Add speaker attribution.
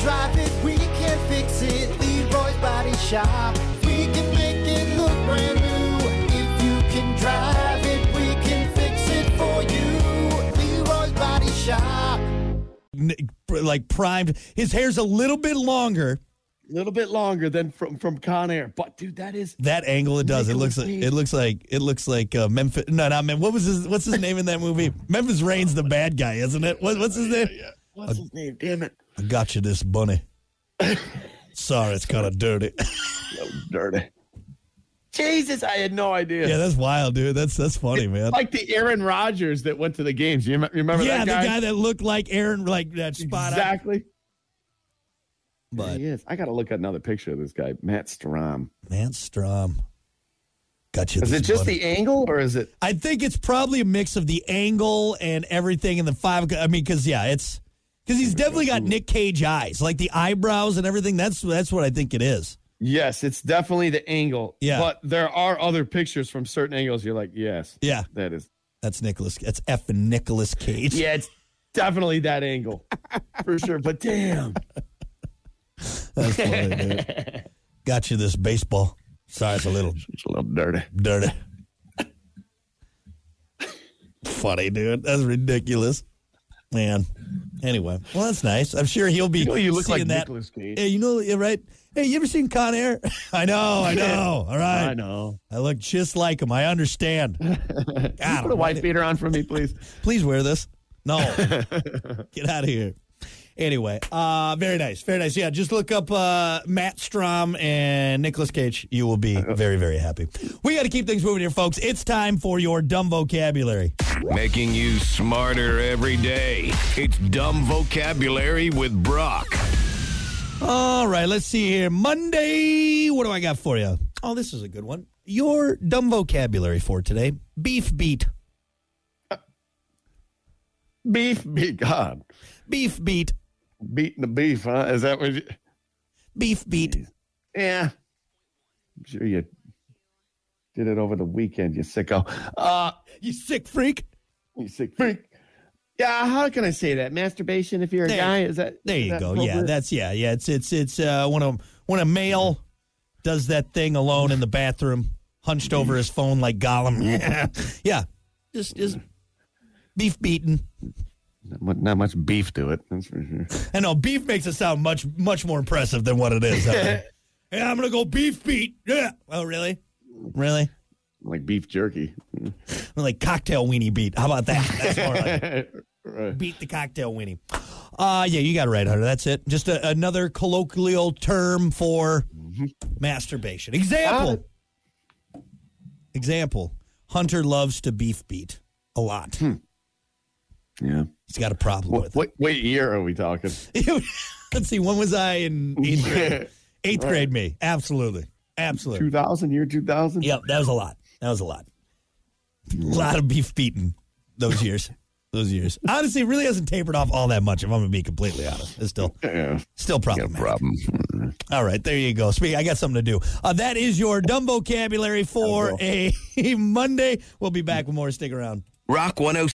Speaker 1: drive it, we can fix it. Leroy's Body Shop. We can make it look brand new. If you can drive it, we can fix it for you. Leroy's Body Shop.
Speaker 2: n- like primed. His hair's a little bit longer.
Speaker 3: A little bit longer than from from Con Air, but dude, that is
Speaker 2: That angle it does. It looks like
Speaker 3: Nicolas Cage.
Speaker 2: it looks like it looks like uh, Memphis. No, not Memphis. What was his? What's his name in that movie? Memphis Rain's the bad guy, isn't it? What, what's his name?
Speaker 3: what's his name? Damn it,
Speaker 2: I got you this bunny. Sorry, it's kind of dirty.
Speaker 3: that was dirty. Jesus, I had no idea.
Speaker 2: yeah, that's wild, dude. That's that's funny, man.
Speaker 3: like the Aaron Rodgers that went to the games. You rem- remember
Speaker 2: yeah,
Speaker 3: that guy?
Speaker 2: the guy that looked like Aaron, like that spot on.
Speaker 3: exactly.
Speaker 2: But
Speaker 3: He is. I got to look at another picture of this guy, Matt Strom.
Speaker 2: man, Strom, got you.
Speaker 3: Is
Speaker 2: this
Speaker 3: it just
Speaker 2: bunny.
Speaker 3: the angle, or is it?
Speaker 2: I think it's probably a mix of the angle and everything and the five. I mean, because yeah, it's because he's definitely got Nick Cage eyes, like the eyebrows and everything. That's that's what I think it is.
Speaker 3: Yes, it's definitely the angle.
Speaker 2: Yeah.
Speaker 3: but there are other pictures from certain angles. You're like, yes,
Speaker 2: Yeah,
Speaker 3: that is.
Speaker 2: that's Nicholas. That's F and Nicholas Cage.
Speaker 3: Yeah, it's definitely that angle for sure. But damn,
Speaker 2: that's funny, dude. Got you this baseball. Sorry, it's a little
Speaker 3: it's a little dirty.
Speaker 2: dirty. funny, dude. That's ridiculous, man. Anyway, well, that's nice. I'm sure he'll be.
Speaker 3: You know, you look like
Speaker 2: seeing that.
Speaker 3: Nicholas Cage.
Speaker 2: Yeah, you know, yeah, right? Hey, you ever seen Con Air? I know, I know. All right.
Speaker 3: I know.
Speaker 2: I look just like him. I understand.
Speaker 3: Can you
Speaker 2: God,
Speaker 3: put a white beater on for me, please.
Speaker 2: please wear this. No. Get out of here. Anyway, uh, very nice. Very nice. Yeah, just look up uh, Matt Strom and Nicholas Cage. You will be very, very happy. We got to keep things moving here, folks. It's time for your dumb vocabulary.
Speaker 4: Making you smarter every day. It's Dumb Vocabulary with Brock.
Speaker 2: All right, let's see here. Monday, what do I got for you? Oh, this is a good one. Your dumb vocabulary for today beef beat.
Speaker 3: Beef, be God,
Speaker 2: Beef beat.
Speaker 3: beating the beef, huh? Is that what? You,
Speaker 2: Beef beat.
Speaker 3: yeah, I'm sure you did it over the weekend, you sicko. Uh,
Speaker 2: You sick freak.
Speaker 3: you sick freak. Yeah, how can I say that? Masturbation if you're a
Speaker 2: There-
Speaker 3: guy is that?
Speaker 2: There
Speaker 3: is
Speaker 2: you
Speaker 3: that
Speaker 2: go. Yeah,
Speaker 3: appropriate?
Speaker 2: that's yeah, yeah. It's it's it's uh, when a when a male does that thing alone in the bathroom, hunched over his phone like Gollum. yeah, just just beef beaten.
Speaker 3: not, mu- not much beef to it. That's for sure.
Speaker 2: I know beef makes it sound much much more impressive than what it is. I mean, yeah, I'm gonna go beef beat. Yeah. Oh, really? Really?
Speaker 3: like beef jerky.
Speaker 2: I'm like cocktail weenie beat. How about that? That's more like. it.
Speaker 3: Right.
Speaker 2: beat the cocktail weenie. Uh, yeah, you got it right, Hunter. That's it. Just a, another colloquial term for masturbation. Example.
Speaker 3: Got it.
Speaker 2: Example. Hunter loves to beef beat a lot.
Speaker 3: Yeah.
Speaker 2: He's got a problem
Speaker 3: Hmm. What,
Speaker 2: with
Speaker 3: what what year are we talking?
Speaker 2: it. Let's see. When was I in eighth grade? Eighth grade me. Absolutely. Absolutely.
Speaker 3: Two thousand year two thousand.
Speaker 2: Yep, that was a lot. That was a lot. A lot of beef beaten those years. Those years. Honestly, it really hasn't tapered off all that much, if I'm going to be completely honest. It's still
Speaker 3: Yeah.
Speaker 2: still problematic.
Speaker 3: Problem.
Speaker 2: All right, there you go. Speak. I got something to do. Uh, that is your dumb vocabulary for a Monday. We'll be back with more. Stick around.
Speaker 4: Rock 106.